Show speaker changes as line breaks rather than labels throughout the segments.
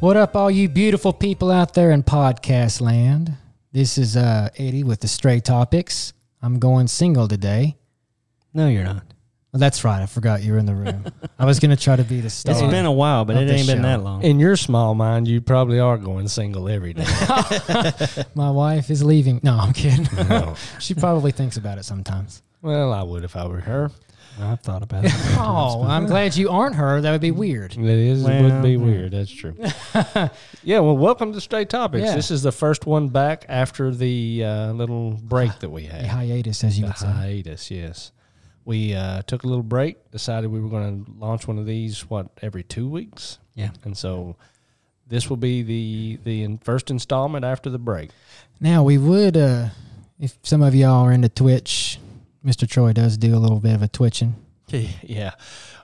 What up, all you beautiful people out there in podcast land? This is uh, Eddie with the Stray Topics. I'm going single today.
No, you're not.
Well, that's right. I forgot you were in the room. I was going to try to be the star.
It's been a while, but
Oh, Not
it
this
ain't been
show.
that long.
In your small mind, you probably are going single every day.
My wife is leaving. No, I'm kidding.
No.
she probably thinks about it sometimes.
well, I would if I were her.
I've thought about it.
Oh, I'm glad you aren't her. That would be weird.
It is it
Well,
would be
yeah.
weird. That's true. yeah. Well, welcome to Straight Topics.
Yeah.
This is the first one back after the uh, little break that we had.
A hiatus, as you
the
would say.
hiatus. Yes, we uh, took a little break. Decided we were going to launch one of these what every two weeks.
Yeah.
And so this will be the the in- first installment after the break.
Now we would, uh, if some of y'all are into Twitch, Mr. Troy does do a little bit of a twitching.
yeah,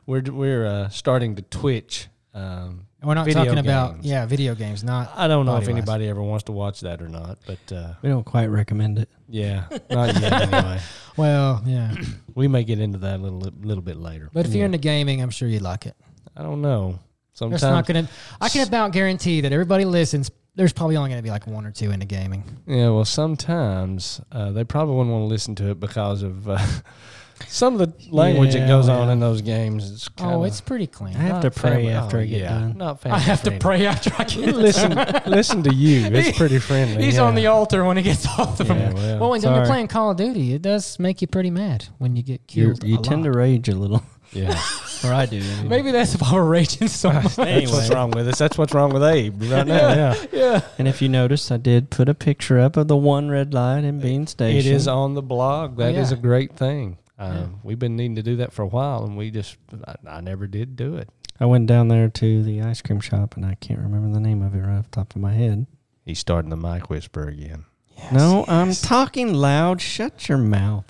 we're we're uh, starting to twitch. Um,
And we're not
Video
talking about
games.
yeah video games, not
I don't know if
Body-wise.
anybody ever wants to watch that or not, but uh,
We don't quite recommend it.
yeah, not yet anyway.
well yeah.
We may get into that a little little bit later.
But if you're into gaming, I'm sure you like it.
I don't know.
There's
Sometimes
not gonna. I can about guarantee that everybody listens. There's probably only gonna be like one or two into gaming.
Yeah, well, sometimes uh, they probably wouldn't want to listen to it because of uh, some of the language
Yeah,
that goes
well.
on in those games. It's kinda
Oh, it's pretty
I
clean.
have to
not
pray
family-
after
oh,
I get
yeah,
done.
Not
I have to
family
pray after I
friendly.
get.
listen, listen to you. It's pretty friendly.
He's
yeah.
on the altar when he gets off the.
Yeah, well,
well, when you're
sorry.
playing Call of Duty, it does make you pretty mad when you get
You
killed.
you
a
tend
lot.
to rage a little,
Yeah,
or I do. anyway.
Maybe that's why we're raging so much.
that's what's wrong with us. That's what's wrong with Abe right now. Yeah,
And if you notice, I did put a picture up of the one red light in Bean Station.
it is on the blog. That is
yeah.
a great thing. Um, We've been needing to do that for a while, and we just I, I never did do it.
I went down there to the ice cream shop, and I can't remember the name of it right off the top of my head.
He's starting the mic whisper again.
no, I'm talking loud. Shut your mouth.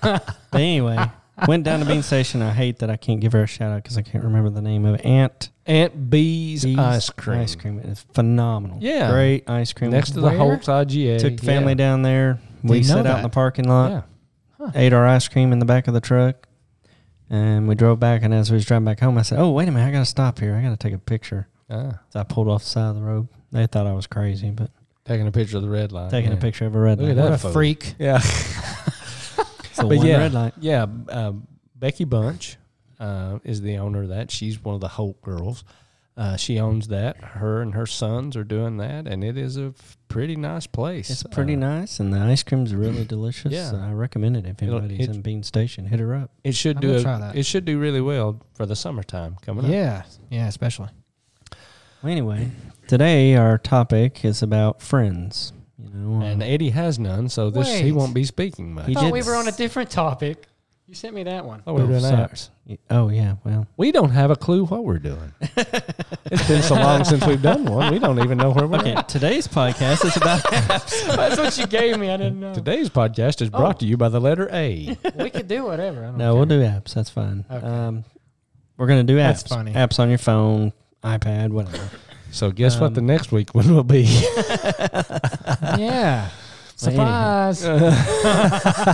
but anyway, went down to Bean Station. I hate that I can't give her a shout out because I can't remember the name of it. Aunt
Aunt B's,
Bee's
ice cream.
Ice cream. It's phenomenal.
Yeah.
Great ice cream.
Next to
Where?
the Holt's IGA.
Took the family
yeah.
down there. We
Didn't know
sat out
that.
in the parking lot,
Yeah.
ate our ice cream in the back of the truck, and we drove back. And as we was driving back home, I said, "Oh, wait a minute! I got to stop here. I got to take a picture."
Ah,
So I pulled off the side of the road. They thought I was crazy, but
taking a picture of the red line.
taking a
Oh, yeah.
picture of a red
Look
light.
at
What
that
a
fool.
freak!
Yeah,
It's the
But
one
yeah.
red light.
yeah. Uh, Becky Bunch uh, is the owner of that. She's one of the Holt girls. Uh, she owns that. Her and her sons are doing that, and it is a f- pretty nice place.
It's pretty
Uh,
nice, and the ice cream's really delicious.
Yeah.
so I recommend it if
It'll-
anybody's
it-
in Bean Station. Hit her up.
It should
I'm
do.
gonna
a-
try that.
It should do really well for the summertime coming up.
Yeah, yeah, especially.
Well, anyway, today our topic is about friends. You know, uh,
And Eddie has none, so this he
Wait.
won't be speaking much.
He
thought
did
we were on a
s-
different topic. You sent me that one.
Oh, we're
Oh,
doing
sorry.
apps.
y- oh yeah, well,
We don't have a clue what we're doing. it's been so long since we've done one. We don't even know where we're
okay.
at.
today's podcast is about
That's what you gave me. I didn't know.
Today's podcast is brought to you by the letter A.
We could do whatever. I don't
No, we'll do apps. That's fine.
Okay.
Um, we're gonna do
That's
apps.
funny.
Apps on your phone, iPad, whatever.
So guess what
Um,
the next week one will be.
do. Yeah.
Well, anyhow.
Surprise.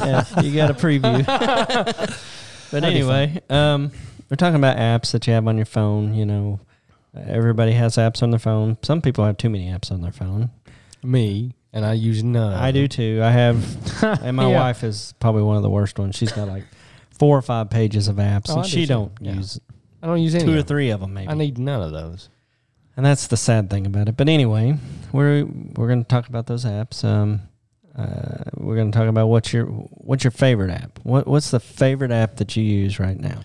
yeah, you got a preview. but anyway, um, we're talking about apps that you have on your phone. You know, everybody has apps on their phone. Some people have too many apps on their phone. Uh,
Me and I use none.
I do too. I have, and my
Yeah.
wife is probably one of the worst ones. She's got like four or five pages of apps,
Oh, I
and
do
she
too.
don't
Yeah.
use
I don't use any.
two or
of them.
three of them maybe.
I need none of those.
And that's the sad thing about it. But anyway, we're we're going to talk about those apps. Um, uh, we're going to talk about what's your what's your favorite app. What what's the favorite app that you use right now?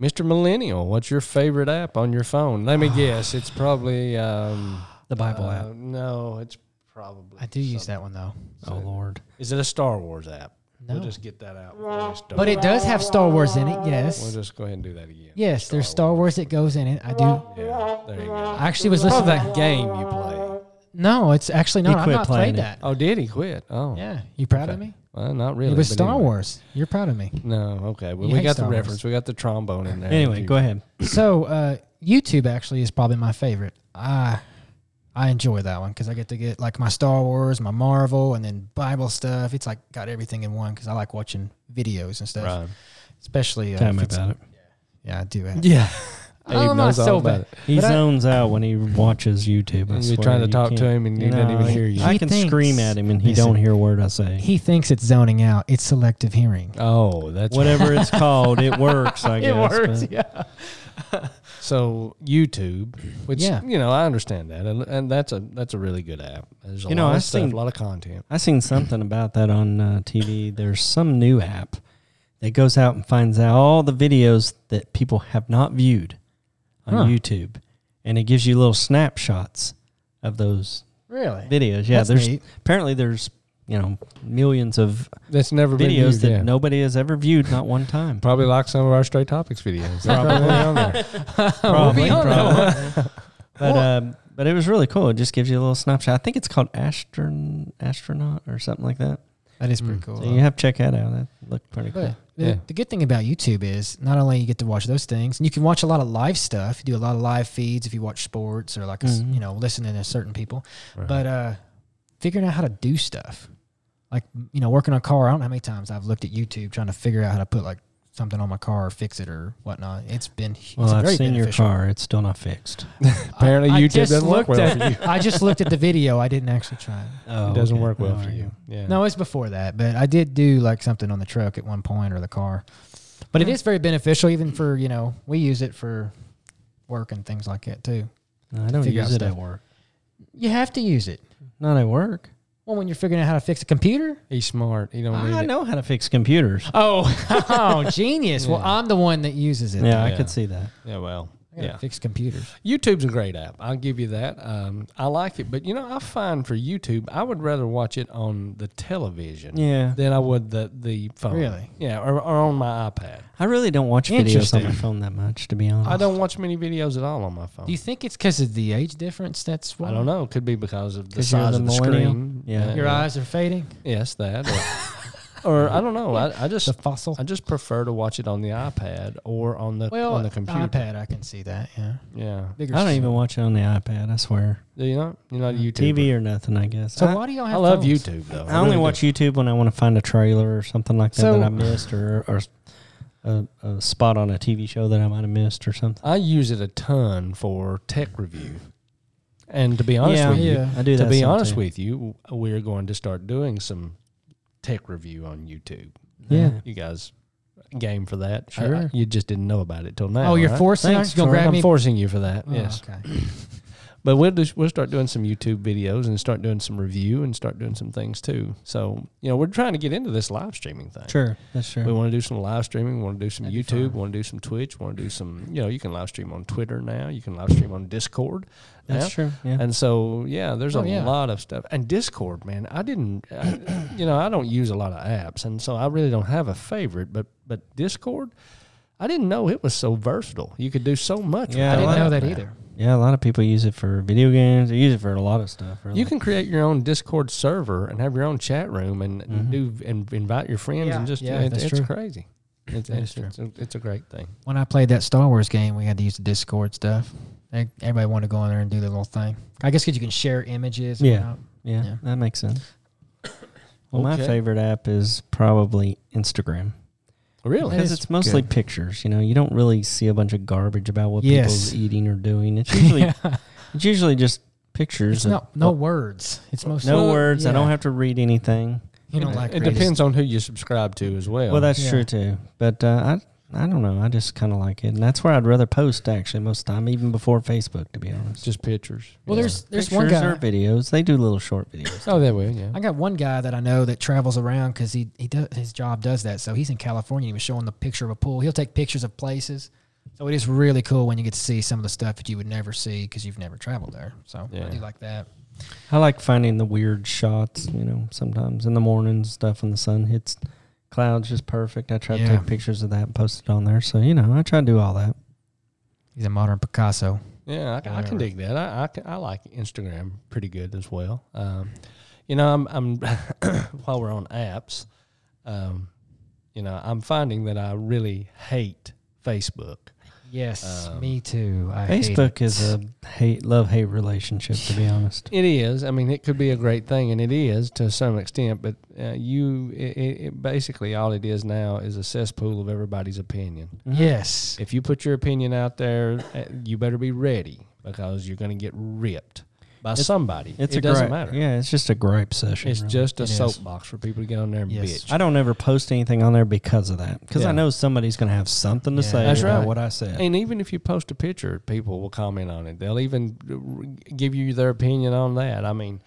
Mr. Millennial, what's your favorite app on your phone? Let me guess. It's probably um,
The Bible
uh,
app.
No, it's probably.
I do use that one though.
Oh Lord,
Is it a Star Wars app?
No.
We'll just get that out. before we start.
But it does have Star Wars in it.
We'll
Yes.
just go ahead and do that again.
Yes, there's Star Wars that goes in it. I do.
Yeah, there you go.
I actually was
What's
listening.
that game you play?
No, it's actually not. I've
quit
not
playing
played
it.
that.
Oh, did he quit? Oh,
Yeah. You proud of me?
Well, not really.
it was
but
Star
anyway.
Wars. You're proud of me.
No, okay. Well,
You
we
hate
got
Star
the
Wars.
reference. We got the trombone in there.
Anyway,
You-
go ahead.
so uh, YouTube actually is probably my favorite. I I enjoy that one because I get to get like my Star Wars, my Marvel, and then Bible stuff. It's like got everything in one because I like watching videos and stuff,
Right.
especially uh,
Tell
if
me
it's-
about it.
Yeah, I do.
Yeah.
Oh, I'm not
knows all
so
about
bad.
it.
He
But I-
zones out when he watches YouTube. I
And
swear.
you're trying to
You
talk to
can't-
him and he doesn't even hear you.
I
He
can
thinks-
scream at him and he
Listen.
don't hear a word I say.
He thinks it's zoning out. It's selective hearing.
Oh, that's right.
Whatever it's called, it works. I guess. but-
yeah.
so YouTube, which
Yeah.
you know I understand that, and, and that's a that's a really good app. There's a
You
lot
know,
of
I've
stuff,
seen-
a lot of content.
I seen something about that on uh, TV. There's some new app that goes out and finds out all the videos that people have not viewed on
Huh.
YouTube, and it gives you little snapshots of those
Really?
videos. Yeah,
That's
there's
neat.
apparently there's you know millions of
That's never been
videos
viewed,
that
yeah.
nobody has ever viewed, not one time.
Probably like some of our straight topics videos. They're probably on there.
probably,
on
probably. but um, but it was really cool. It just gives you a little snapshot. I think it's called Astron astronaut or something like that.
That is pretty cool.
Mm, So you have to check that out. That looked pretty cool.
But the,
Yeah.
the good thing about YouTube is not only you get to watch those things, and you can watch a lot of live stuff. You do a lot of live feeds if you watch sports or like a s
Mhm.
you know listening to certain people.
Right.
But uh, figuring out how to do stuff, like you know working on a car. I don't know how many times I've looked at YouTube trying to figure out how to put like something on my car or fix it or whatnot. It's been hu-
Well,
it's
I've
very
seen
beneficial.
your car. It's still not fixed.
Apparently,
I
YouTube
just
doesn't work
looked
well
at-
for you.
I just looked at the video. I didn't actually try it.
Oh,
it doesn't
okay.
work well
Oh,
for
yeah.
you. Yeah.
No, it's before that, but I did do like something on the truck at one point or the car. But it is very beneficial, even for you know we use it for work and things like that too.
No, I don't
Figure out
use it
stuff.
at work.
You have to use it.
Not at work.
Well, when you're figuring out how to fix a computer.
He's smart. He don't need
I
it.
know how to fix computers.
Oh, oh, genius! Well, I'm the one that uses it.
Yeah, I
Yeah.
could see that.
Yeah, well,
I gotta
yeah.
fix computers.
YouTube's a great app. I'll give you that. Um, I like it, but you know, I find for YouTube, I would rather watch it on the television
Yeah.
than I would the the phone.
Really?
Yeah, or, or on my iPad.
I really don't watch videos on
Interesting.
my phone that much, to be honest.
I don't watch many videos at all on my phone.
Do you think it's because of the age difference? That's why
Oh. I don't know. It could be because of the
'Cause you're
size
the
of the
millennial?
screen.
Yeah.
Your eyes are fading.
Yes, that. Or, or I don't know. I, I just
The fossil.
I just prefer to watch it on the iPad or on the
Well,
on the computer.
iPad, I can see that. Yeah,
Yeah.
bigger.
I don't
screen.
even watch it on the iPad. I swear.
Do you not? You're not a YouTuber.
TV or nothing, I guess.
So
I,
why do y'all
I
have?
love
phones?
YouTube though.
I only
really do.
watch YouTube when I want to find a trailer or something like that
So-
that I missed, or or a, a spot on a TV show that I might have missed or something.
I use it a ton for tech review. And to be honest
yeah,
with you,
Yeah.
I do that.
to be
some
honest
too.
with you, we're going to start doing some tech review on YouTube.
Yeah.
You guys game for that? I-
Sure.
I- you just didn't know about it till now.
Oh, you're
right?
forcing.
Thanks,
us? you gonna
Troy.
grab
I'm
me?
forcing you for that.
Oh,
yes.
Okay.
But we'll just, we'll start doing some YouTube videos and start doing some review and start doing some things too. So, you know, we're trying to get into this live streaming thing.
sure, that's true.
We want to do some live streaming. We want to do some
That'd be
YouTube.
fun.
Want to do some Twitch. Want to do some. You know, you can live stream on Twitter now. You can live stream on Discord.
that's
now.
true. Yeah.
And so, yeah, there's
Oh,
a
yeah.
lot of stuff. And Discord, man, I didn't, I, you know, I don't use a lot of apps, and so I really don't have a favorite. But but Discord, I didn't know it was so versatile. You could do so much.
Yeah,
I
with
didn't
like
know
app
that
now.
either.
Yeah, a lot of people use it for video games. They use it for a lot of stuff. Really.
You can create your own Discord server and have your own chat room and
Mhm.
do and invite your friends
Mm-hmm. Yeah.
and just
Yeah,
it-
that's
it's
true.
crazy. It's,
That
it's,
is true.
it's, a, it's a great thing.
When I played that Star Wars game, we had to use the Discord stuff. They- Everybody wanted to go in there and do their little thing. I guess because you can share images. and
Yeah.
whatnot.
yeah,
Yeah.
that makes sense. Well,
Okay.
my favorite app is probably Instagram
Really?
because it's mostly pictures. You know, you don't really see a bunch of garbage about what
Yes.
people's eating or doing. It's usually
Yeah.
it's usually just pictures.
It's
of-
no no words. It's mostly
oh. no words. I
yeah.
don't have to read anything.
You don't like
it
reading.
depends on who you subscribe to as well.
Well, that's
Yeah.
true too. But uh, I I don't know. I just kind of like it, and that's where I'd rather post actually most of the time, even before Facebook, to be honest.
just pictures.
Well,
Yeah.
there's there's
pictures
one
or
guy.
videos. They do little short videos.
oh, they will. Yeah.
I got one guy that I know that travels around because he he does his job does that. So he's in California. He was showing the picture of a pool. He'll take pictures of places. So it is really cool when you get to see some of the stuff that you would never see because you've never traveled there. So
Yeah.
I do like that.
I like finding the weird shots, you know, sometimes in the mornings and stuff when the sun hits clouds just perfect. I try
Yeah.
to take pictures of that and post it on there. So, you know, I try to do all that.
He's a modern Picasso.
Yeah, I, I can
Whatever.
dig that. I, I, can- I like Instagram pretty good as well. Um, you know, I'm, I'm while we're on apps, um, you know, I'm finding that I really hate Facebook.
Yes,
Um,
me too. I hate
Facebook
it.
is a hate love hate relationship to be honest.
It is. I mean, it could be a great thing, and it is to some extent. But uh, you, it, it, it basically all it is now is a cesspool of everybody's opinion.
Mm-hmm.
yes.
If you put your opinion out there, uh, you better be ready because you're going to get ripped by
It's-
somebody.
It's
it
a
doesn't
gripe.
matter.
Yeah, it's just a gripe session.
It's
really.
just a
It is.
soapbox for people to get on there and
Yes.
bitch.
I don't ever post anything on there because of that. Because
Yeah.
I know somebody's going to have something to
Yeah.
say
That's
about
right.
what I said.
And even if you post a picture, people will comment on it. They'll even r- give you their opinion on that. I mean,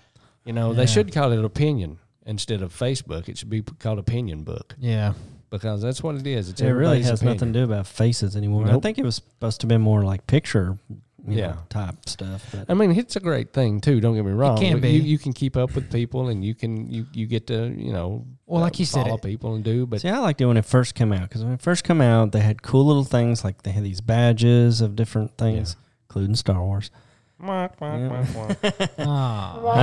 you know,
Yeah.
they should call it opinion instead of Facebook. It should be p- called opinion book
Yeah.
because that's what it is. It's
it really
everybody's
has
opinion.
nothing to do about faces anymore. I
Nope.
think it was supposed to be more like picture, you
Yeah.
know, type stuff. But
I mean, it's a great thing too. Don't get me wrong.
can
but
be.
You, you can keep up with people, and you can you you get to you know
Well, like you said,
follow
it-
people and do. But
See, I liked it when it first came out because when it first came out, they had cool little things like they had these badges of different things, including Star Wars.
Oh,
I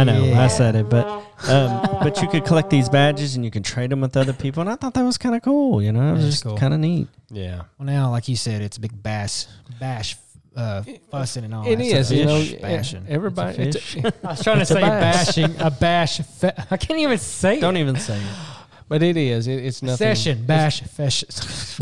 know
yeah.
I said it, but um, but you could collect these badges and you could trade them with other people, and I thought that was kind of cool. You know, it was
That's
just
cool.
kind of neat.
yeah,
Well, now, like you said, it's a big bash, bash, uh, fussing and all.
it
that
is.
stuff.
You know,
Bash, bashing.
everybody.
It's a
it's-
fish.
I was trying to
It's a
say
bash.
bashing, a bash. Fe- I can't even say
Don't
it.
even say it.
but it is. It, it's nothing.
Session, bash, fesh.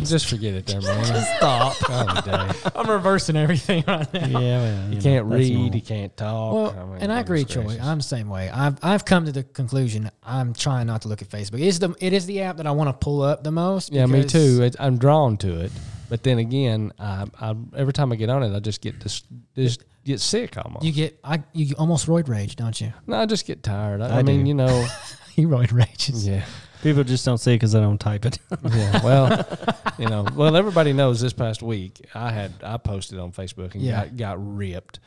Just forget it, there, man.
Stop.
Oh, dang.
I'm reversing everything right now.
Yeah, well,
You
know,
can't
that's normal.
read. You can't talk.
Well,
mean,
and I agree,
goodness
Troy.
gracious.
I'm the same way. I've I've come to the conclusion I'm trying not to look at Facebook. It is the it is the app that I want to pull up the most.
yeah, me
because-
too. It, I'm drawn to it, but then again, I, I every time I get on it, I just get dis, just get sick almost.
You get I you almost roid rage, don't you?
no, I just get tired. I,
I
I mean,
do.
you know,
He roid rages.
yeah,
People just don't see it because they don't type it.
yeah. Well, you know, well, everybody knows. This past week, I had I posted on Facebook and
Yeah.
got, got ripped,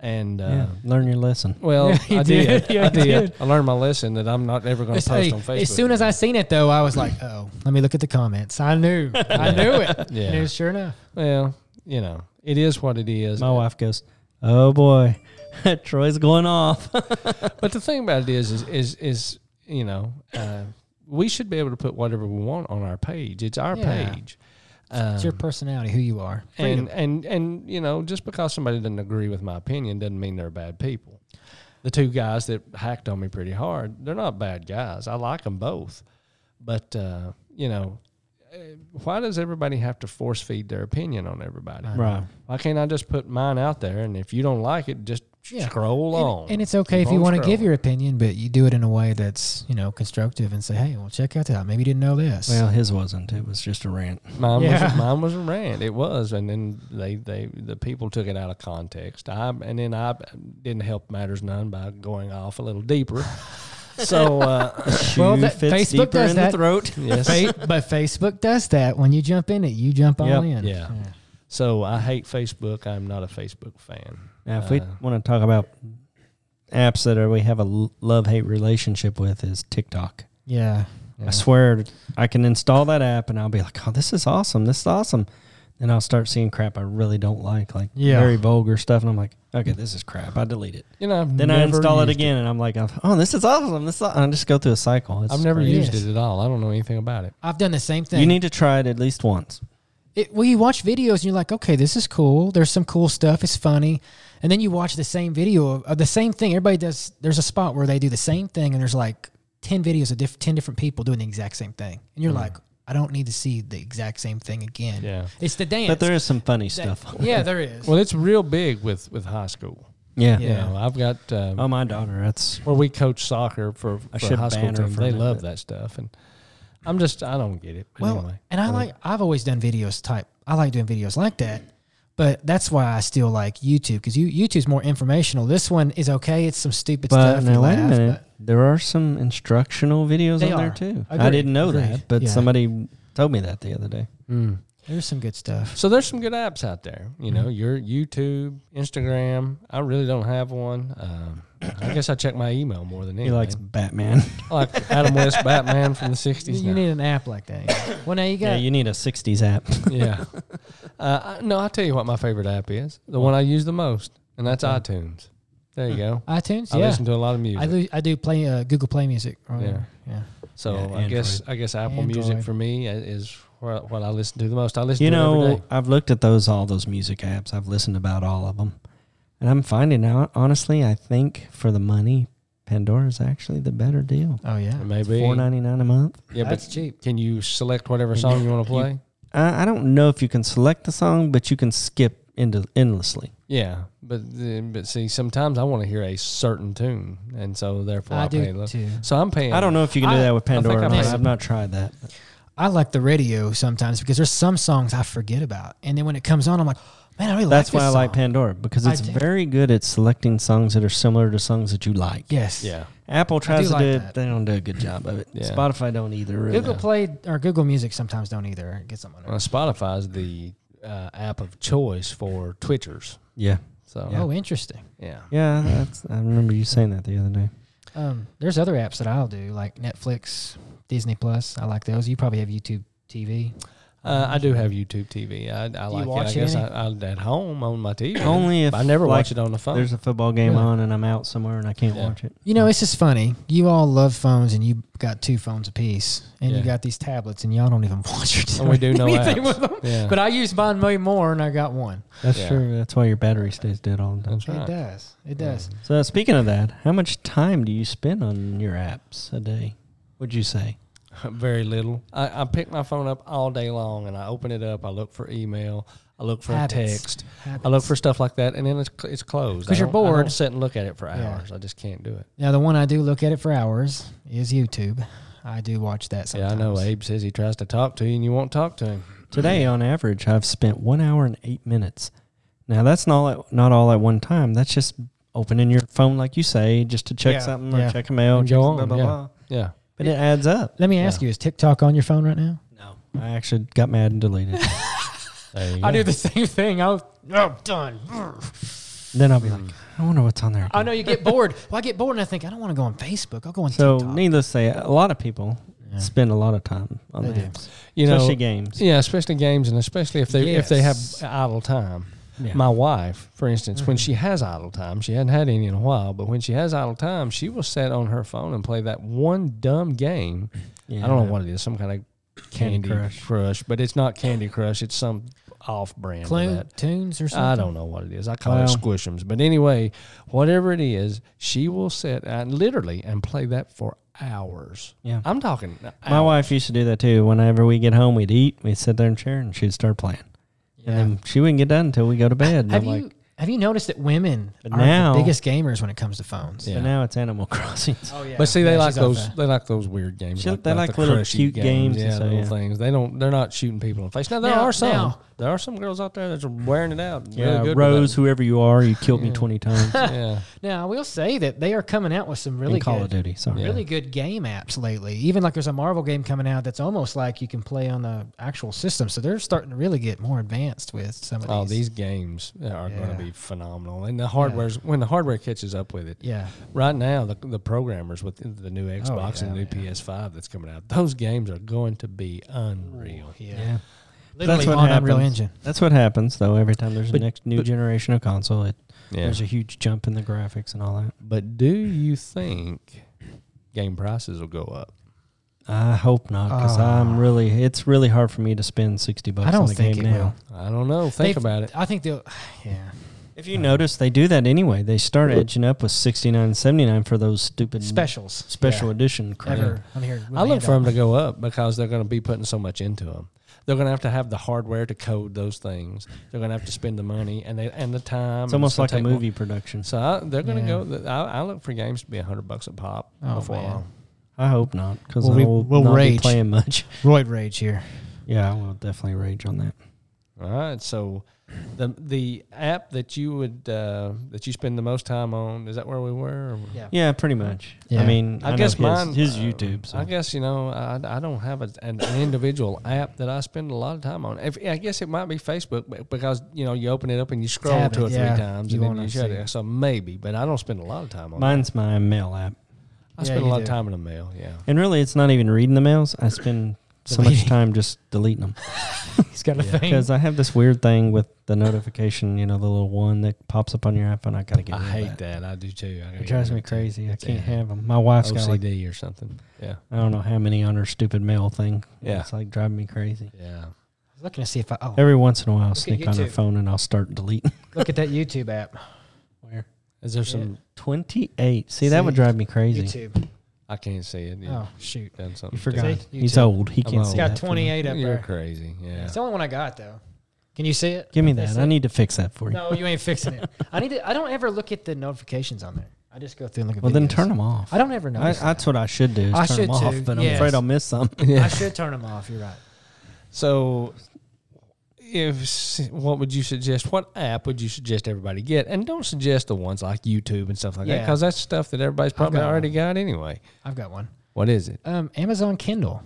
and. Uh,
Learn your lesson.
Well,
Yeah, you
I
did.
did.
Yeah,
I
you
did.
did.
I learned my lesson that I'm not ever going
As,
to post
hey,
on Facebook.
as soon as I seen it though, I was like, oh, let me look at the comments. I knew, I knew it.
Yeah.
And it was sure enough.
well, you know, it is what it is.
My wife goes, "Oh boy, Troy's going off."
But the thing about it is, is, is, is you know, uh, we should be able to put whatever we want on our page. It's our
Yeah.
page. Um,
It's your personality, who you are.
and and and you know, just because somebody doesn't agree with my opinion doesn't mean they're bad people. The two guys that hacked on me pretty hard, they're not bad guys. I like them both, but uh, you know, eh, why does everybody have to force feed their opinion on everybody?
Right.
Why can't I just put mine out there? And if you don't like it, just
Yeah.
scroll on.
And, and it's okay
Keep
if you
on
want to give
scrolling.
your opinion, but you do it in a way that's, you know, constructive and say, hey, well, check out that. Maybe you didn't know this.
Well, his wasn't. It was just a rant.
Mine
Yeah.
was mine was a rant. It was, and then they, they the people took it out of context. I and then I didn't help matters none by going off a little deeper.
So uh, shoe
Well, that-
fits
Facebook
deeper
does
in
that.
the throat.
Yes.
Fa- but Facebook does that. When you jump in it, you jump all
Yep.
in.
Yeah. so I hate Facebook. I'm not a Facebook fan.
Now, if we
Uh,
want to talk about apps that are, we have a love hate relationship with, is TikTok.
Yeah.
Yeah.
I swear, I can install that app and I'll be like, "Oh, this is awesome! This is awesome!" Then I'll start seeing crap I really don't like, like
Yeah.
very vulgar stuff, and I'm like, "Okay, this is crap. I delete it."
You know, I've
Then I
never
install it
used
again, and I'm like, "Oh, this is awesome! This is aw-" and I just go through a cycle. It's
I've never
crazy.
used
Yes.
it at all. I don't know anything about it.
I've done the same thing.
You need to try it at least once.
it, well, you watch videos and you're like, okay, this is cool. There's some cool stuff. It's funny. And then you watch the same video of, of the same thing. Everybody does. There's a spot where they do the same thing, and there's like ten videos of diff, ten different people doing the exact same thing, and
Hmm.
you're like, I don't need to see the exact same thing again.
Yeah.
It's the dance.
But there is some funny
That-
stuff.
Yeah, there is.
Well, it's real big with with high school.
Yeah.
Yeah.
You know, I've got uh,
Oh, my daughter. That's
where we coach soccer for,
I
for
should
high school
ban her
teams.
from
They
it,
love
but-
that stuff, and I'm just I don't get it. But
Well,
anyway,
and I like I've always done videos type. I like doing videos like that, but that's why I still like YouTube because you YouTube's more informational. This one is okay. It's some stupid
But
stuff.
now
you
wait a
laugh,
minute. There are some instructional videos
They
on there
are.
too. I
Agreed.
didn't know
Agreed.
that, but
Yeah.
somebody told me that the other day.
Mm.
but There's some good stuff.
So there's some good apps out there. You
Mm-hmm.
know, your YouTube, Instagram. I really don't have one. Um, I guess I check my email more than
He
anything.
likes Batman.
I like Adam West Batman from the '60s.
You
now.
need an app like that. yeah. Well, now you got
yeah, you need a '60s app.
yeah. Uh, I- no, I'll tell you what my favorite app is. The one I use the most, and that's iTunes. There you go.
iTunes.
I
Hmm. yeah,
listen to a lot of music.
I, lo- I do play uh, Google Play Music. Or
Yeah.
whatever. yeah.
so
Yeah,
I guess I guess Apple Music
Android.
for me i- is what, what I listen to the most. I listen
You
to it every
know,
day.
I've looked at those all those music apps. I've listened about all of them, and I'm finding out honestly. I think for the money, Pandora's actually the better deal.
Oh yeah,
Maybe
Four ninety nine a month.
Yeah,
that's
but
cheap.
can you select whatever song you want to play?
I, I don't know if you can select the song, but you can skip into endlessly.
yeah, but the- but see, sometimes I want to hear a certain tune, and so therefore I,
I
pay
do
less.
too.
So I'm paying.
I don't know if you can do
I-
that with
I think
Pandora.
I
or not.
paid-
I've not tried that.
I like the radio sometimes because there's some songs I forget about, and then when it comes on, I'm like, man, I really
That's
like
why
this
I like
song."
Pandora because
I
it's
do.
very good at selecting songs that are similar to songs that you like.
Yes.
Yeah,
Apple tries
do
to
like
do it;
that.
they don't do a good job of it.
Yeah.
Spotify don't either. Really.
Google Play or Google Music sometimes don't either. Get someone.
well, Spotify is the uh, app of choice for Twitchers.
Yeah,
So
Oh, interesting.
yeah.
yeah. That's, I remember you saying that the other day.
Um, there's other apps that I'll do like Netflix, Disney Plus. I like those. You probably have YouTube TV.
Uh, I do have YouTube TV. I, I like
watch
it. I guess
any?
I, I, at home on my TV.
Only if
I never
like,
watch it on the phone.
There's a football game
Really?
on and I'm out somewhere and I can't
Yeah.
watch it.
You know, it's just funny. You all love phones, and you got two phones apiece, and
Yeah.
you got these tablets, and y'all don't even watch or
And we do no
anything with
apps.
them.
Yeah.
But I use mine way more, and I got one.
That's
Yeah.
true. That's why your battery stays dead all the time.
That's right.
It does. It does.
So speaking of that, how much time do you spend on your apps a day? Would you say?
Very little. I, I pick my phone up all day long and I open it up. I look for email. I look for
Habits.
a text. I look for stuff like that, and then it's, cl- it's closed.
'Cause
I
you're
don't- I don't
bored.
sit and look at it for
Yeah.
hours. I just can't do it.
Now, the one I do look at it for hours is YouTube. I do watch that sometimes.
Yeah, I know. Abe says he tries to talk to you, and you won't talk to him.
Today, on average, I've spent one hour and eight minutes. Now that's not all at, not all at one time. That's just opening your phone, like you say, just to check
Yeah.
something or
Yeah.
check a mail.
And go
check
on,
Blah, blah,
yeah.
blah.
Yeah.
But it adds up.
Let me ask you: Is TikTok on your phone right now?
No, I actually got mad and deleted. it.
There you
I
go.
do the same thing. I no done.
then I'll be like, I wonder what's on there.
I know you get bored. Well, I get bored and I think I don't want to go on Facebook. I'll go on
So,
TikTok.
needless to say, a lot of people
Yeah.
spend a lot of time on
They
the
do.
apps,
You
especially
know,
games.
yeah, especially games, and especially if they if they have
Yes.
idle time.
Yeah.
My wife, for instance, when she has idle time, she hadn't had any in a while, but when she has idle time, she will sit on her phone and play that one dumb game.
Yeah.
I don't know what it is, some kind of
Candy
Candy,
Crush.
Crush. but it's not Candy Crush. It's some off brand. of
Clune-
that.
tunes or something.
I don't know what it is. I call
Well-
it squishums. But anyway, whatever it is, she will sit and literally and play that for hours.
Yeah.
I'm talking. uh,
My wife used to do that too. Whenever we get home, we'd eat, we'd sit there in chair, and she'd start playing.
Yeah.
And then she wouldn't get done until we go to bed. And
have
I'm
you
like,
have you noticed that women
But
are
now-
the biggest gamers when it comes to phones?
Yeah.
but now it's Animal Crossing.
Oh yeah.
But see, they
Yeah,
like
she's off
those.
that.
They like those weird games.
She- they like little
crushy
cute games and
Yeah,
so,
little
yeah.
things. They don't. They're not shooting people in the face. Now there
Now-
are some.
now-
There are some girls out there that's wearing it out. really
yeah,
good with
Rose,
it.
whoever you are, you killed me
Yeah.
20 times.
yeah.
Now I will say that they are coming out with some really
in Call of
good,
Duty, sorry.
really good game apps lately. Even like there's a Marvel game coming out that's almost like you can play on the actual system. So they're starting to really get more advanced with some of
Oh,
these.
these games uh, are going
Yeah.
to be phenomenal, and the hardware's when the hardware catches up with it.
Yeah.
Right now, the, the programmers with the new
Oh,
Xbox and the
yeah,
new PS5 that's coming out, those games are going to be unreal.
Yeah.
Yeah.
Literally
That's what
on Unreal
happens.
Engine.
That's what happens, though. Every time there's a
But-
next new
but-
generation of console, it,
Yeah.
there's a huge jump in the graphics and all that.
But do you think game prices will go up?
I hope not, because I'm really, it's really hard for me to spend 60 bucks
Ah. I
on
don't
the
think
game
it
now.
will.
I don't know. Think
They've-
about it.
I think they'll. Yeah.
If you notice, they do that anyway. They start edging up with 69 79 for those stupid
Specials.
special
Yeah.
edition crap.
Ever. I'm here. with
I
my
look
hand
for them
up.
to go up because they're going to be putting so much into them. They're going to have to have the hardware to code those things. They're going to have to spend the money and they and the time.
It's
and
almost
gonna
like a
take more-
movie production.
So I, they're going to
Yeah.
go. th- I, I look for games to be a hundred bucks a pop
Oh,
before
man.
long.
I hope not, because
Well,
I
we-
will
we'll
not be
rage.
playing much.
Roid Rage here.
Yeah, I will definitely rage on that.
All right. So the the app that you would uh, that you spend the most time on is that where we were? Or-
Yeah, pretty much. I
Yeah.
mean,
I,
I,
guess
know his,
mine
his
uh,
YouTube. So.
I guess you know I, I don't have a, an, an individual app that I spend a lot of time on. If, I guess it might be Facebook but- because you know you open it up and you scroll
Tab
two
it,
or
yeah.
three times
You
and then
wanna
you shut
see.
it. So maybe, but I don't spend a lot of time on.
Mine's my mail app,
it. I
Yeah,
spend a
you
lot of
do.
time in the mail. Yeah.
and really, it's not even reading the mails. I spend so much time just deleting them
He's got a
Yeah.
thing.
because I have this weird thing with the notification. You know, the little one that pops up on your iPhone. I gotta get.
I
rid of
hate
that.
that. I do too. I gotta
It
get
drives
rid
me
of too.
crazy. I
It's,
can't
uh,
have them. My wife's got like
OCD or something. Yeah.
I don't know how many on her stupid mail thing.
Yeah.
it's like driving me crazy.
Yeah.
I was looking to see if I oh
Every once in a while, I'll
Look at
sneak on her
YouTube.
phone and I'll start deleting.
look at that YouTube app.
Where
Is there some?
twenty-eight? See, that would
Mm. See?
drive me crazy.
YouTube.
I can't see it. You
Oh shoot.
done
You
something. to
forgot.
See?
He's
YouTube.
old. He
I'm
can't
old.
see
It's
that.
got
for me.
twenty eight
it.
up
You're
there.
crazy. Yeah.
It's the only one I got though. Can you see it?
Give me
They
that.
say-
I need to fix that for you.
No, you ain't fixing it. I need to. I don't ever look at the notifications on there. I just go through and look at.
Well, then
videos.
turn them off.
I don't ever
I,
notice.
that's what I should do. Is
I
turn
should
them off,
too,
but I'm
yes.
afraid I'll miss some.
that.
Yeah.
I should turn them off. You're right.
So, if what would you suggest? What app would you suggest everybody get? And don't suggest the ones like YouTube and stuff like that,
Yeah.
because that's stuff that everybody's probably
got
already got anyway.
I've got one.
What is it?
Um, Amazon Kindle.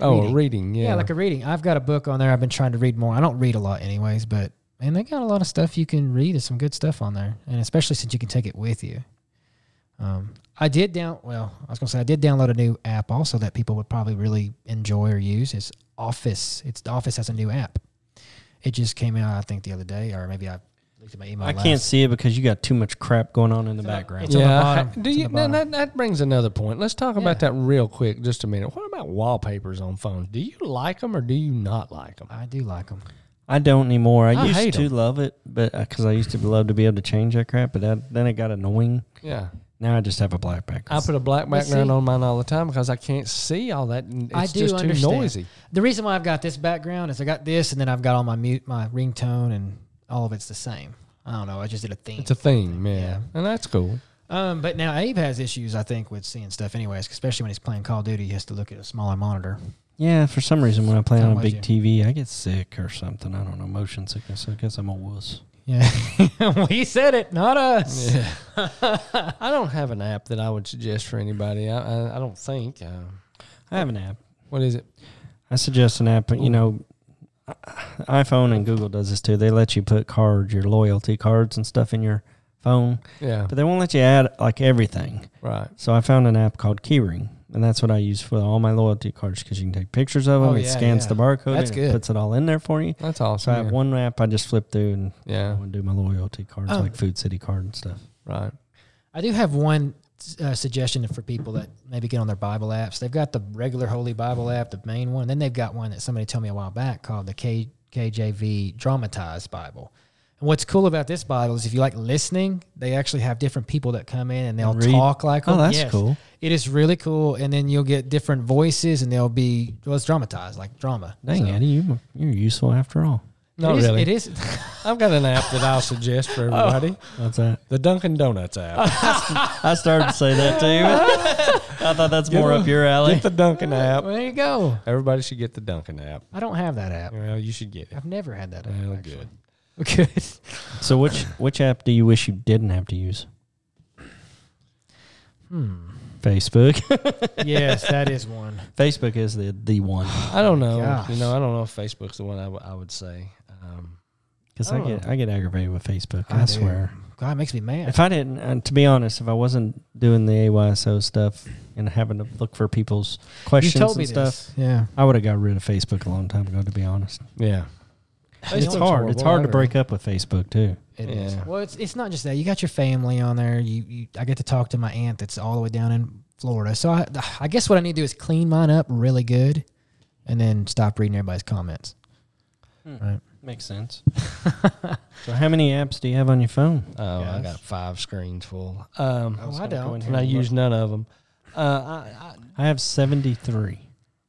Oh,
Reading.
reading. yeah.
Yeah. like a reading. I've got a book on there. I've been trying to read more. I don't read a lot, anyways, but and they got a lot of stuff you can read. There's some good stuff on there, and especially since you can take it with you. Um, I did down. Well, I was gonna say I did download a new app also that people would probably really enjoy or use. It's Office. It's Office has a new app. It just came out, I think, the other day, or maybe I looked at my email.
I
last-
can't see it because you got too much crap going on in the
It's on-
background.
it's on the bottom.
Do
It's on
you,
the
now
bottom.
that, that brings another point. Let's talk about
Yeah.
that real quick, just a minute. What about wallpapers on phones? Do you like them or do you not like them?
I do like them.
I don't anymore. I,
I hate
used to
'em.
love it, but because I used to love to be able to change that crap, but that, then it got annoying.
Yeah,
Now I just have a black
I
background.
put a black
But
background
see-
on mine all the time because I can't see all that. And it's
I do
just
understand.
too noisy.
The reason why I've got this background is I got this, and then I've got all my mute, my ringtone, and all of it's the same. I don't know. I just did a theme.
It's a theme, yeah,
Yeah.
and that's cool.
Um, but now Abe has issues, I think, with seeing stuff, anyways. Especially when he's playing Call of Duty, he has to look at a smaller monitor.
yeah, for some reason when I play
How
on a
was
big
you?
TV, I get sick or something. I don't know, motion sickness. I guess I'm a wuss.
Yeah, we said it, not us.
I don't have an app that I would suggest for anybody. I, I, I don't think. Uh,
I have an app.
what is it?
I suggest an app, but you
Ooh.
know, iPhone and Google does this too. They let you put cards, your loyalty cards and stuff in your phone,
Yeah,
but they won't let you add like everything.
right.
So I found an app called Keyring, and that's what I use for all my loyalty cards because you can take pictures of them.
Oh,
it
yeah,
scans
yeah.
the barcode.
That's
and It
good.
puts it all in there for you.
That's
So
awesome.
I have
yeah.
one app I just flip through and I
yeah,
would do my loyalty cards
Oh.
like Food City card and stuff.
right.
I do have one uh, suggestion for people that maybe get on their Bible apps. They've got the regular Holy Bible app, the main one. Then they've got one that somebody told me a while back called the K- KJV Dramatized Bible. And what's cool about this Bible is if you like listening, they actually have different people that come in and they'll
Read.
talk like
Oh,
them.
that's
Yes.
cool.
It is really cool, and then you'll get different voices, and they'll be well, it's dramatized like drama.
Dang,
So-
Eddie, you, you're useful after all.
Not
it is,
really.
It is.
I've got an app that I'll suggest for everybody.
What's that?
The Dunkin' Donuts app.
I started to say that too. I thought that's more up your alley.
Get the Dunkin' app.
there you go.
Everybody should get the Dunkin' app.
I don't have that app.
Well, you should get it.
I've never had that app.
Well,
actually.
good.
Good.
So which which app do you wish you didn't have to use?
Hmm.
Facebook.
Yes, that is one.
Facebook is the the one
I don't know.
Gosh.
You know, I don't know if Facebook's the one I, w- I would say. Um,
because I get I get aggravated with Facebook. I,
I do.
swear.
God, it makes me mad.
If I didn't, uh, to be honest, if I wasn't doing the AYSO stuff and having to look for people's questions and stuff,
this. Yeah.
I would have got rid of Facebook a long time ago. To be honest,
yeah.
it's hard. It's hard to break up with Facebook too.
It is.
Yeah.
Well, it's it's not just that. You got your family on there. You, you I get to talk to my aunt that's all the way down in Florida. So I I guess what I need to do is clean mine up really good, and then stop reading everybody's comments.
Makes sense. so, how many apps do you have on your phone?
Oh, I
Yes.
got five screens full. Um,
Oh, I
gonna go
don't.
in here
and I
and
use
look.
none of them. Uh, I,
I have seventy three.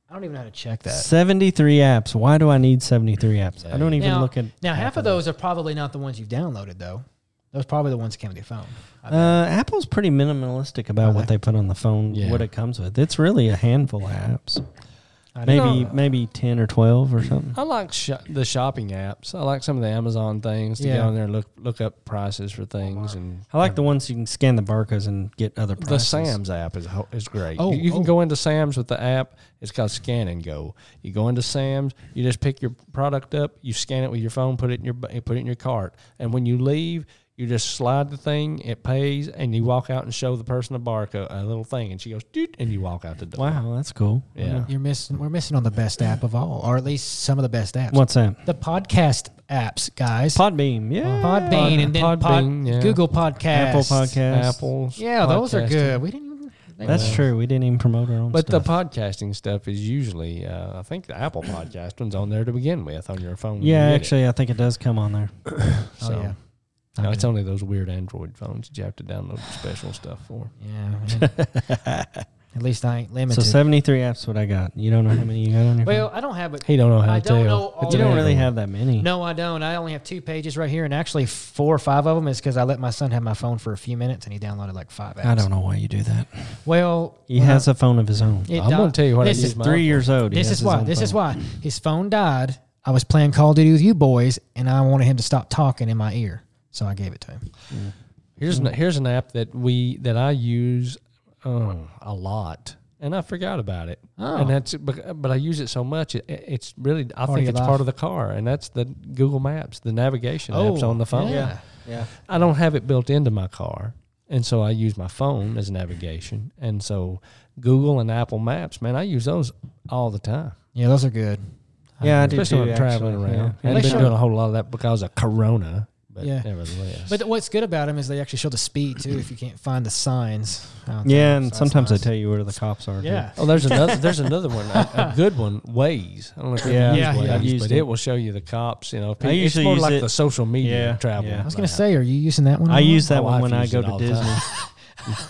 I don't even know how to check that.
73 apps. Why do I need 73 apps? I don't even
Now-
look at.
Now, half of
Apple.
those are probably not the ones you've downloaded, though. Those are probably the ones that came with your phone. I bet.
Uh, Apple's pretty minimalistic about
Are
what
they?
they put on the phone,
Uh, Yeah.
what it comes with. It's really a handful of apps.
I don't
Maybe
know.
maybe 10 or 12 or something.
I, I like sh- the shopping apps. I like some of the Amazon things to
Yeah.
go in there and look look up prices for things. And
I like the ones you can scan the barcodes and get other
the
prices.
Sam's app is ho- is great.
Oh,
you, you
oh.
can go into Sam's with the app. It's called Scan and Go. You go into Sam's, you just pick your product up, you scan it with your phone, put it in your bu- put it in your cart, and when you leave, You just slide the thing, it pays, and you walk out and show the person a barcode, a little thing, and she goes, Doot, and you walk out the door.
Wow, that's cool.
Yeah.
You're missing. We're missing on the best app of all, or at least some of the best apps.
What's that?
The podcast apps, guys.
Podbeam. Yeah.
Podbean
Pod-
and then Pod,
Podbean, yeah.
Google Podcast,
Apple Podcasts.
Apples.
Yeah, those are
podcasting.
good. We didn't. Even, they-
That's true. We didn't even promote our own
But
stuff.
the podcasting stuff is usually, uh, I think the Apple podcast one's on there to begin with on your phone. when you
yeah,
get it.
actually, I think it does come on there.
Oh
So,
yeah.
No,
I
it's
mean,
only those weird Android phones that you have to download special stuff for.
Yeah. man. at least I ain't limited.
So 73 apps, what I got. You don't know how many you got on your
well, I don't have it.
He don't know how
I
to
don't
tell.
know
phone?
all
You don't
that.
really have that many.
No, I don't. I only have two pages right here, and actually four or five of them is because I let my son have my phone for a few minutes, and he downloaded like five apps.
I don't know why you do that.
Well, uh,
He has a phone of his own.
it
I'm
di-
gonna tell you what I
This
use
is
my-
Three years old. he
this
has
is
his
why.
own
This is
phone.
why his phone died. I was playing Call of Duty with you boys, and I wanted him to stop talking in my ear, so I gave it to him.
Here's an, here's an app that we that I use uh, a lot, and I forgot about it.
Oh.
And that's bec- but I use it so much, it, it's really I
Part of
think
your
it's
life.
part of the car, and that's the Google Maps, the navigation apps on the phone.
Oh. Yeah.
Yeah.
I don't have it built into my car, and so I use my phone as navigation, and so Google and Apple Maps, man, I use those all the time,
Yeah, those are good.
Yeah, I do
especially when
too,
I'm traveling
actually,
around.
yeah.
I've
They
been
show-
doing a whole lot of that because of Corona, but
Yeah.
nevertheless,
But what's good about them is they actually show the speed too. If you can't find the signs. out there.
Yeah,
So
and
that's
sometimes
nice.
they tell you where the cops are. too.
Yeah.
Oh, there's another. There's another one. A, a good one. Waze. I don't know if you
Yeah,
yeah, use
yeah,
Waze,
yeah.
I've used
but
it.
it. will show you the cops. You know,
I
I it's
usually
more
use
like
it-
the social media
Yeah,
travel.
yeah.
I was gonna say, are you using that one?
I
a lot?
use that
My
one
wife
when I
uses
go
it
to
all the
Disney.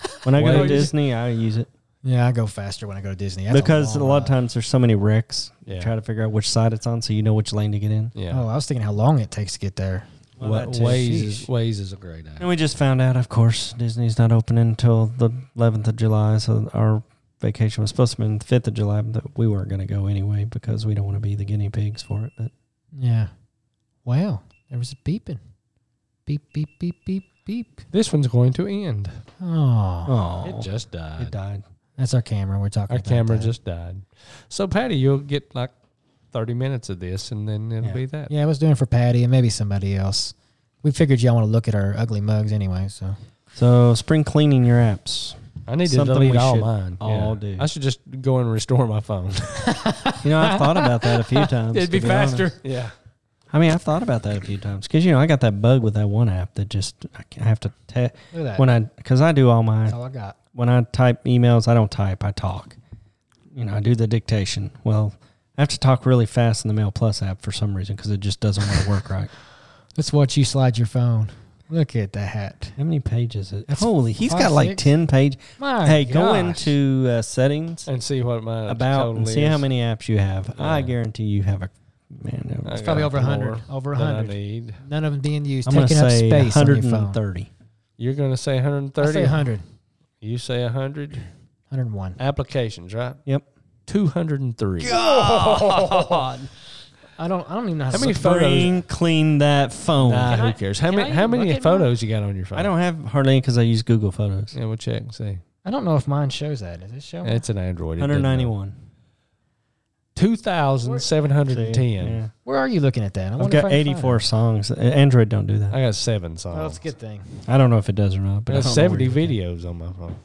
when I go to
Waze.
Disney, I use it
Yeah, I go faster when I go to Disney That's
because a,
long
lot of
ride.
times there's so many wrecks.
Yeah.
Try to figure out which side it's on, so you know which lane to get in.
Yeah.
Oh, I was thinking how long it takes to get there.
Well,
Wa-
that too.
Waze is
Sheesh.
Waze is a great app.
And we just found out, of course, Disney's not opening until the 11th of July. So our vacation was supposed to be on the 5th of July, but we weren't going to go anyway because we don't want to be the guinea pigs for it. But
Yeah. Wow. There was a beeping. Beep beep beep beep beep.
This one's going to end.
Oh,
oh,
It just died.
it died.
that's our camera. We're talking.
Our
about
camera
that.
just died. So Patty, you'll get like thirty minutes of this, and then it'll
Yeah.
be that.
Yeah, I was doing it for Patty and maybe somebody else. We figured y'all want to look at our ugly mugs anyway, so
So spring cleaning your apps.
I need to
Something
delete
we
all
should
mine.
all
yeah.
do.
I should just go and restore my phone.
You know, I've thought about that a few times. to be honest.
Yeah.
I mean, I've thought about that a few times because you know I got that bug with that one app that just I can't- I have to te-
look at that.
when I because I do all my
that's all I got.
when I type emails, I don't type, I talk. You know, I do the dictation. Well, I have to talk really fast in the Mail Plus app for some reason because it just doesn't want to work right.
Let's watch you slide your phone. Look at that.
How many pages is it?
That's
Holy, he's
five,
got like
six.
ten page.
My
hey, go
gosh.
into uh, settings
And see what my
about
total
and see
is.
how many apps you have. I
Yeah.
guarantee you have a man.
I
no,
It's
got
probably over
more
hundred. Over
that I
hundred.
need.
None of them being used.
I'm gonna
taking up
say
space on your phone.
130.
You're gonna say 130.
I say 100.
You say 100
101.
applications, right?
Yep.
203.
I don't. I don't even know how,
How
to
many
look-
photos-
Spring clean that phone.
Nah,
Can I-
who cares? How
can
many
I
how
even
many
look at
photos you got on your phone?
I don't have hardly because I use Google Photos.
Yeah, we'll check and see.
I don't know if mine shows that. Does it show?
It's an Android. it doesn't know.
191. See?
2,710.
Yeah.
Where are you looking at that? I
I've
wonder if
got
I can find
84
it.
songs. A- Android don't do that.
I got seven songs.
Well, that's a good thing.
I don't know if it does or not,
I
but
got
I don't know where
70
you get it.
videos on my phone.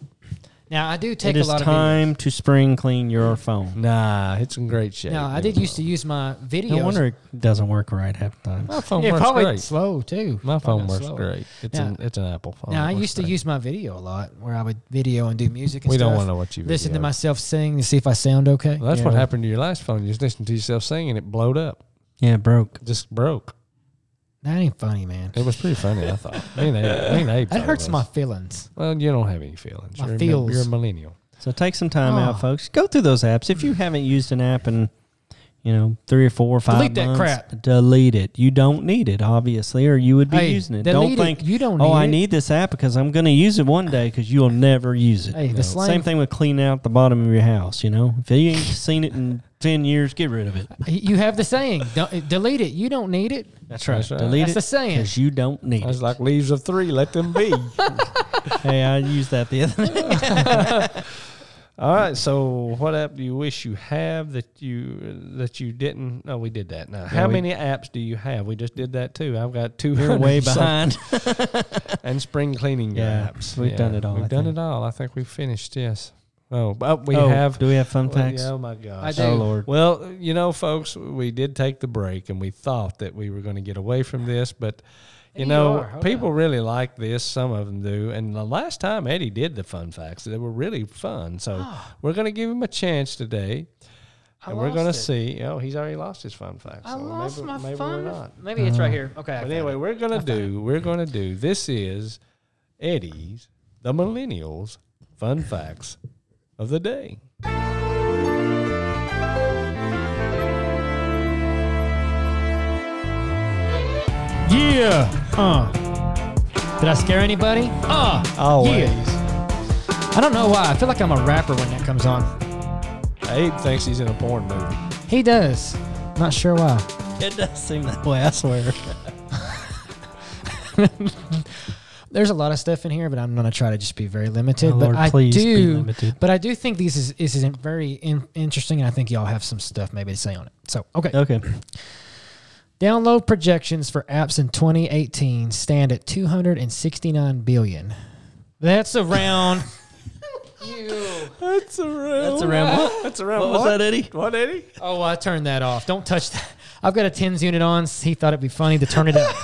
Now I do take
It
a
is
lot
time to spring clean your phone.
Nah, it's in great shape.
of videos. Now I
Look
did
at
used to use my videos.
No wonder it doesn't work right half the time.
my phone. My phone
it
works
probably
great.
slow too.
My phone
Probably
works
slow.
great. It's
Now-
an it's an Apple phone.
Now
It
I
works
used to
great.
use my video a lot, where I would video and do music. and
We don't
stuff,
want to what you
listen to
videoed.
myself sing to see if I sound okay.
Well, that's what
Yeah.
happened to your last phone. You just listened to yourself singing, it blowed up.
Yeah, it broke.
It just broke.
That ain't funny, man.
It was pretty funny, I thought. Me and Abe, me and Abe
That
thought it
hurts my
was.
feelings.
Well, you don't have any feelings.
My
you're, a-
feels.
you're a millennial.
So take some time
Oh.
out, folks. Go through those apps. If you haven't used an app in, you know, three or four or five
Delete that
months,
crap.
delete it. You don't need it, obviously, or you would be
Hey,
using it.
delete
Don't
it.
think
You don't
Oh,
need
I
it."
need this app because I'm going to use it one day because you'll never use it.
Hey, the
No.
slang-
Same thing with cleaning out the bottom of your house. You know, if you ain't seen it in ten years, get rid of it.
You have the saying, don't, delete it. You don't need it.
That's
right.
Delete
That's the
it
saying.
because you don't need
I was
it.
like leaves of three. Let them be.
hey, I used that the other day.
All right. So, what app do you wish you have that you that you didn't? No, we did that. Now, how
we-
many apps do you have? We just did that too. I've got two
You're way behind.
and spring cleaning
Yeah,
apps.
we've done it all,
We've
I
done
think.
it all. I think we finished. Yes. Oh, but we
Oh,
have.
Do we have fun
well,
facts?
yeah, oh my gosh.
I do.
Oh Lord.
Well, you know, folks, we did take the break and we thought that we were going to get away from this, but
Eddie,
you
you
know,
are. Hold
people
on.
really like this. Some of them do. And the last time Eddie did the fun facts, they were really fun. So we're going to give him a chance today.
I
and we're
lost
going to
it.
see. Oh, he's already lost his fun facts.
I
so
lost
maybe,
my
maybe
phone.
We're not.
Maybe it's right here. Okay. I
But
found
anyway,
it.
we're going to do, we're going to do, this is Eddie's, the millennials, fun facts of the day.
Yeah. Uh. Did I scare anybody? Uh.
Always.
I don't know why. I feel like I'm a rapper when that comes on.
Abe thinks he's in a porn movie.
He does. Not sure why.
It does seem that way. I swear.
There's a lot of stuff in here, but I'm gonna try to just be very limited.
Oh,
but
Lord,
I
please be
do.
limited.
But I do think these is this is very in- interesting, and I think y'all have some stuff maybe to say on it. So okay.
Okay.
Download projections for apps in 2018 stand at 269 billion. That's around.
That's around.
That's around what?
That's around
What was that, Eddie?
Uh, What, Eddie?
oh, I turned that off. Don't touch that. I've got a tens unit on. He thought it'd be funny to turn it up.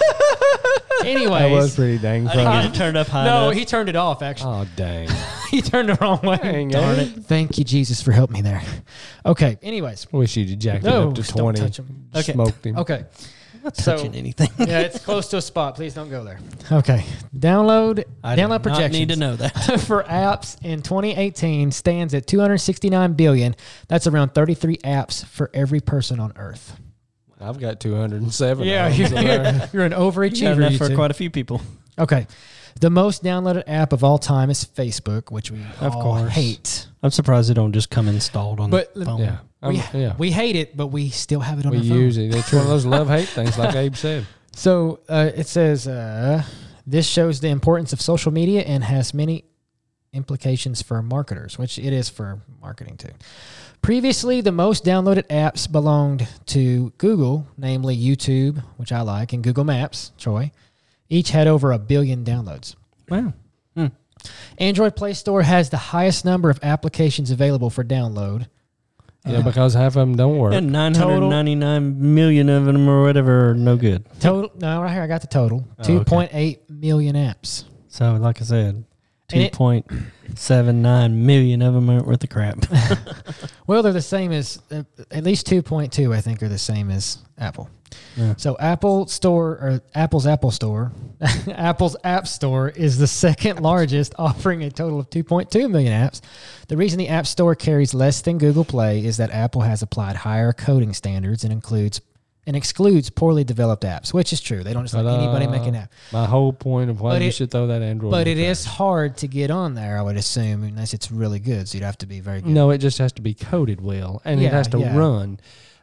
Anyways,
pretty dang
I didn't get it turned up high
no,
enough.
he turned it off. Actually,
Oh, dang.
he turned the wrong way.
Dang, eh? Darn Abe.
Thank you, Jesus, for helping me there. Okay. Anyways,
Wish you'd jacked
no,
it up to
don't
20.
touch him.
Okay.
Smoked him.
Okay.
not
so-
touching anything.
Yeah, it's close to a spot. Please don't go there. Okay. Download.
I do
download
not
projections.
need to know that.
for apps in 2018 stands at 269 billion. That's around 33 apps for every person on Earth.
I've got 207. of
you're,
them, so there-
you're, you're an
Got
overachiever.
enough
you
for
two.
quite a few people.
okay, the most downloaded app of all time is Facebook, which we
Of
all
course.
hate.
I'm surprised it don't just come installed on
But
the
let-
phone.
yeah. I'm-
We,
yeah.
we hate it, but we still have it on
We
our phone.
use it. It's one of those love hate things, like Abe said.
So uh, it says uh, this shows the importance of social media and has many implications for marketers, which it is for marketing too. Previously, the most downloaded apps belonged to Google, namely YouTube, which I like, and Google Maps, Troy. Each had over a billion downloads.
Wow. Hmm.
Android Play Store has the highest number of applications available for download. Uh,
Yeah, because half of them don't work.
And 999 million of them or whatever are no good.
Total, no, right here, I got the total
Oh, okay.
2.8 million apps.
So, like I said,
And it-
2.79 million of them aren't worth a crap.
Well, they're the same as uh, at least 2.2, I think, are the same as Apple.
Yeah.
So Apple Store or Apple's Apple Store, Apple's App Store is the second largest, offering a total of 2.2 million apps. The reason the App Store carries less than Google Play is that Apple has applied higher coding standards and includes and excludes poorly developed apps, which is true. They don't just let anybody make an app.
My whole point of why
But
you
it-
should throw that Android.
But
in
it
the
is hard to get on there, I would assume, unless it's really good. So you'd have to be very
trash.
good.
No, it just has to be coded well, and
Yeah,
it has to
yeah.
run.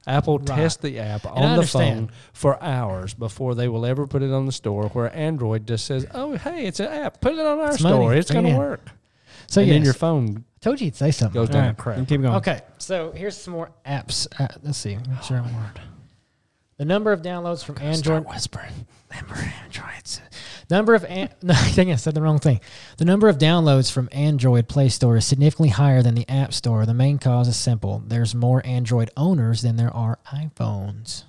Apple
Right.
tests the app
I
on the
understand.
phone for hours before they will ever put it on the store. Where Android just says, "Oh, hey, it's an app. Put it on our
It's money.
store. It's
Bring it
going to
in."
work."
So
and
yes,
then your phone
told you you'd say something.
goes down
All
the crap.
Keep going.
Okay, so here's some more apps. Uh, let's see. Make sure I'm- The number of downloads from Android.
Start whispering.
Number of Androids. Number of an- no, dang, I said the wrong thing. The number of downloads from Android Play Store is significantly higher than the App Store. The main cause is simple: there's more Android owners than there are iPhones.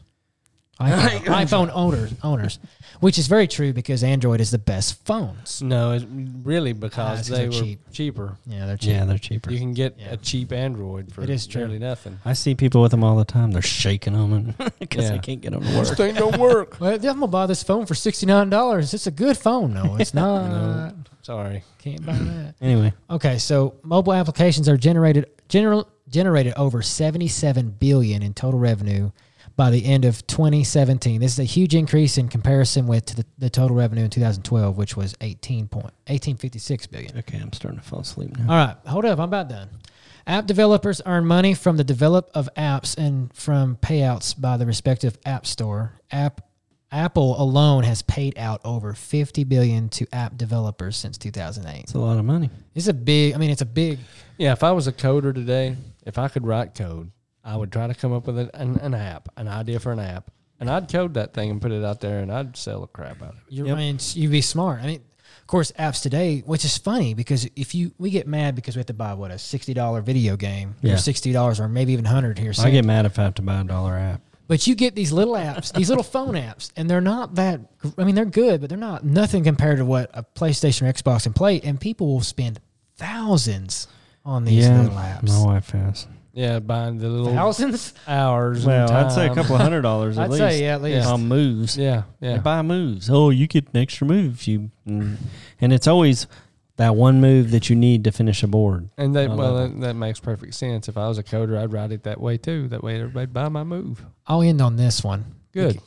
iPhone, iPhone owners, owners, which is very true because Android is the best phones.
No, it's really because
it's 'cause
they
they're
were
cheap.
cheaper.
Yeah, they're cheap.
Yeah, they're cheaper.
You can get
Yeah.
a cheap Android for
It is true.
really nothing.
I see people with them all the time. They're shaking them because
Yeah.
they can't get them to work.
thing don't work.
Well, I'm gonna buy this phone for sixty nine dollars. It's a good phone. No, it's not.
Sorry.
Can't buy that.
Anyway,
Okay, so mobile applications are generated general generated over 77 billion in total revenue by the end of 2017. This is a huge increase in comparison with to the, the total revenue in 2012, which was 18 point 1856 billion.
okay, I'm starting to fall asleep now.
All right, hold up, I'm about done. App developers earn money from the develop of apps and from payouts by the respective app store, app Apple alone has paid out over 50 billion to app developers since 2008.
It's a lot of money.
It's a big. I mean, it's a big.
Yeah, if I was a coder today, if I could write code, I would try to come up with an, an, an app, an idea for an app, and I'd code that thing and put it out there, and I'd sell the crap out of it.
You're,
Yep.
I mean, it's- you'd be smart. I mean, of course, apps today, which is funny because if you we get mad because we have to buy what a sixty dollar video game
Yeah.
or sixty dollars or maybe even hundred here.
I
soon.
get mad if I have to buy a dollar app.
But you get these little apps, these little phone apps, and they're not that. I mean, they're good, but they're not nothing compared to what a PlayStation or Xbox can play. And people will spend thousands on these little apps.
my wife has.
Yeah, buying the little
Thousands?
hours.
Well,
and
I'd say a
time.
couple of hundred dollars at
I'd
least.
say yeah, at least.
Yeah.
On moves.
Yeah,
They
yeah.
buy moves. Oh, you get an extra move if you, mm. and it's always that one move that you need to finish a board.
And
I
that
love
well,
it.
that, that makes perfect sense. If I was a coder, I'd write it that way too. That way, everybody'd buy my move.
I'll end on this one.
Good.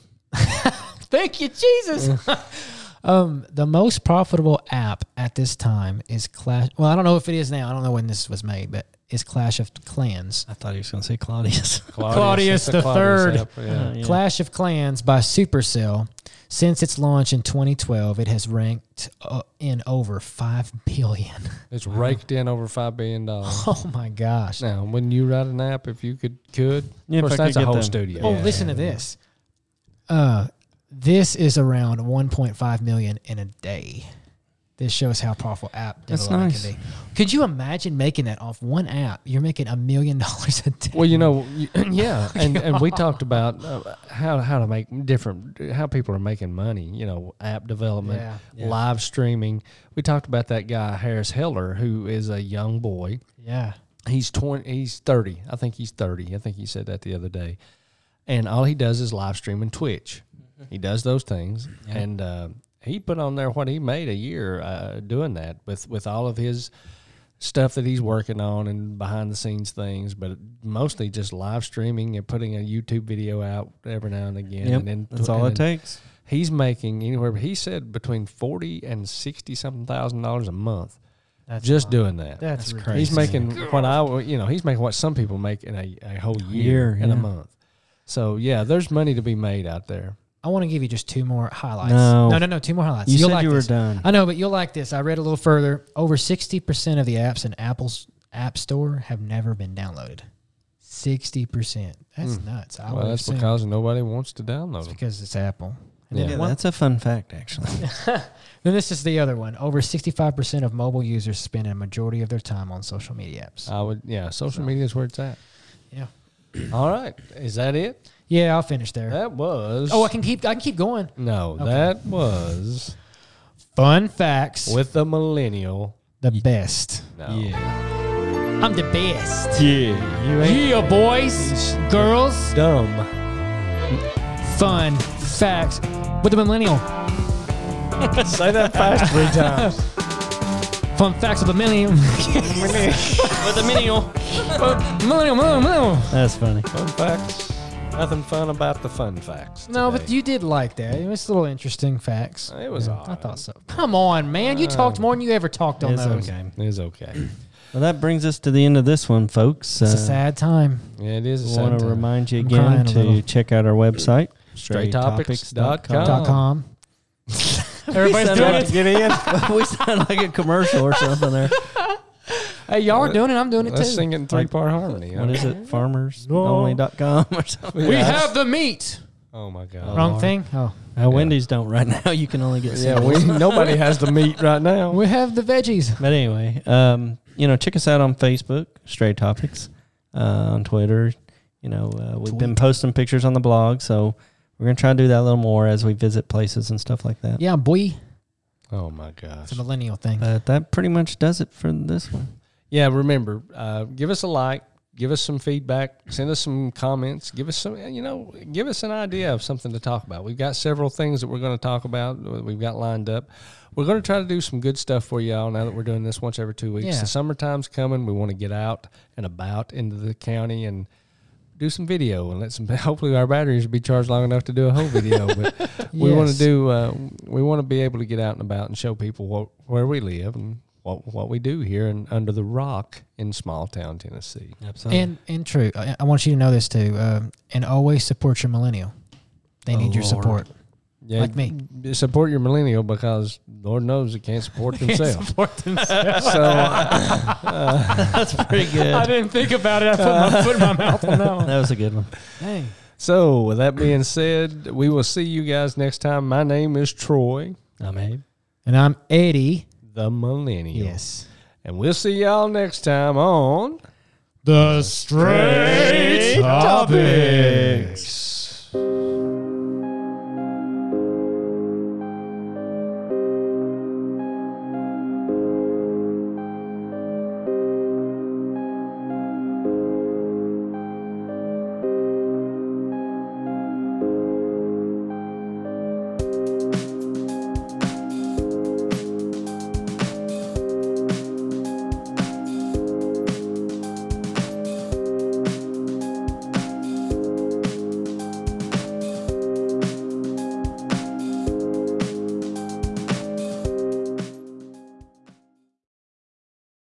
Thank you, Jesus. um, the most profitable app at this time is Clash. Well, I don't know if it is now. I don't know when this was made, but it's Clash of Clans.
I thought he was going to say Claudius.
Claudius
it's
the third.
app, yeah.
Clash of Clans by Supercell. Since its launch in 2012, it has ranked uh, in over 5 billion.
It's raked in over five billion dollars.
Oh my gosh.
now, when you write an app, if you could, could
Yeah,
of
if I could
course, that's a
get
whole
them.
studio.
Oh, listen to this. Uh, this is around 1.5 million in a day. This shows how powerful app
That's
development
nice.
can be. Could you imagine making that off one app? You're making a million dollars a day.
Well, you know, you- yeah, and, and we talked about uh, how how to make different how people are making money. You know, app development,
Yeah.
Yeah.
live streaming. We talked about that guy Harris Heller, who is a young boy.
Yeah.
He's twenty. He's thirty. I think he's thirty. I think he said that the other day. And all he does is live stream and Twitch. He does those things,
Mm-hmm. Yeah.
and uh, he put on there what he made a year uh, doing that with with all of his stuff that he's working on and behind the scenes things, but mostly just live streaming and putting a YouTube video out every now and again.
Yep,
And then
that's all it
and then
takes.
He's making anywhere. He said between forty and sixty something thousand dollars a month
That's
just
wild.
doing that.
That's,
That's
crazy.
He's
Crazy.
making what I, you know, he's making what some people make in a, a whole year,
Year,
in a
yeah.
month. So yeah, there's money to be made out there.
I want to give you just two more highlights.
No.
no, no, no, two more highlights.
You
You'll
said
like
you were
this.
done.
I know, but you'll like this. I read a little further. Over 60% of the apps in Apple's App Store have never been downloaded. 60%. That's
Hmm.
nuts. I
well,
would
that's
assume
because nobody wants to download
it's
them.
because it's Apple. And
yeah,
then one-
that's a fun fact, actually.
Then this is the other one. Over 65% of mobile users spend a majority of their time on social media
Uh.
apps.
I would, yeah. Social
So.
media is where it's at.
Yeah.
All right, is that it?
Yeah, I'll finish there.
That was.
Oh, I can keep I can keep going.
No,
Okay.
that was
Fun facts.
with the millennial.
the best.
No.
Yeah.
I'm the best.
Yeah. You ain't
Yeah, boys, girls,
Dumb.
fun facts with the millennial.
Say that fast three times.
Fun facts with the millennial.
with a menial.
Uh, millennial, millennial, millennial.
That's funny.
Fun facts. Nothing fun about the fun facts.
No,
today.
but you did like that. It was a little interesting facts.
It was
Yeah, I
alright.
thought so. Come on, man. You talked more than you ever talked on
Uh, It's
those.
okay.
It's okay.
Well, that brings us to the end of this one, folks.
Uh,
Uh,
It's a sad time.
Yeah, it is.
I want to
something.
remind you
I'm crying a
again
little.
to check out our website,
StraightTopics.com.
Dot com.
Everybody's
doing
it. To get in. we sound like a commercial or something there.
Hey, y'all are doing it. I'm doing it too.
Uh, Let's sing it in three part harmony.
What is it? Farmersonly.com or something.
We have the meat.
Oh my
Oh,
god.
Wrong
Lord.
thing. Oh,
Uh, Wendy's don't right now. You can only get
Yeah,
samples.
we nobody has the meat right now.
we have the veggies.
But anyway, um, you know, check us out on Facebook, Stray Topics, uh, on Twitter. You know, uh, we've been
Tweet.
posting pictures on the blog, so we're gonna try to do that a little more as we visit places and stuff like that.
Yeah, boy.
Oh my gosh.
It's a millennial thing.
Uh,
But that pretty much does it for this one.
Yeah, remember, uh, give us a like, give us some feedback, send us some comments, give us some, you know, give us an idea of something to talk about. We've got several things that we're going to talk about. that We've got lined up. We're going to try to do some good stuff for y'all now that we're doing this once every two weeks.
Yeah.
The summertime's coming. We want to get out and about into the county and do some video and let some. Hopefully, our batteries will be charged long enough to do a whole video. But we want to
Yes.
do. Uh, we want to be able to get out and about and show people what, where we live and what what we do here and under the rock in small town Tennessee.
Absolutely.
And and true. Uh, I, I want you to know this too. Um, and always support your millennial. They
Oh,
need your
Lord.
support.
Yeah,
Like me.
d- Support your millennial because Lord knows it can't support themselves.
Support themselves.
so uh,
That's pretty good.
I didn't think about it. I put my foot in my mouth on that one.
that was a good one.
Dang.
So, with that being said, we will see you guys next time. My name is Troy,
I'm Abe.
And I'm Eddie.
the Millennial.
Yes.
And we'll see y'all next time on
The straight
Topics.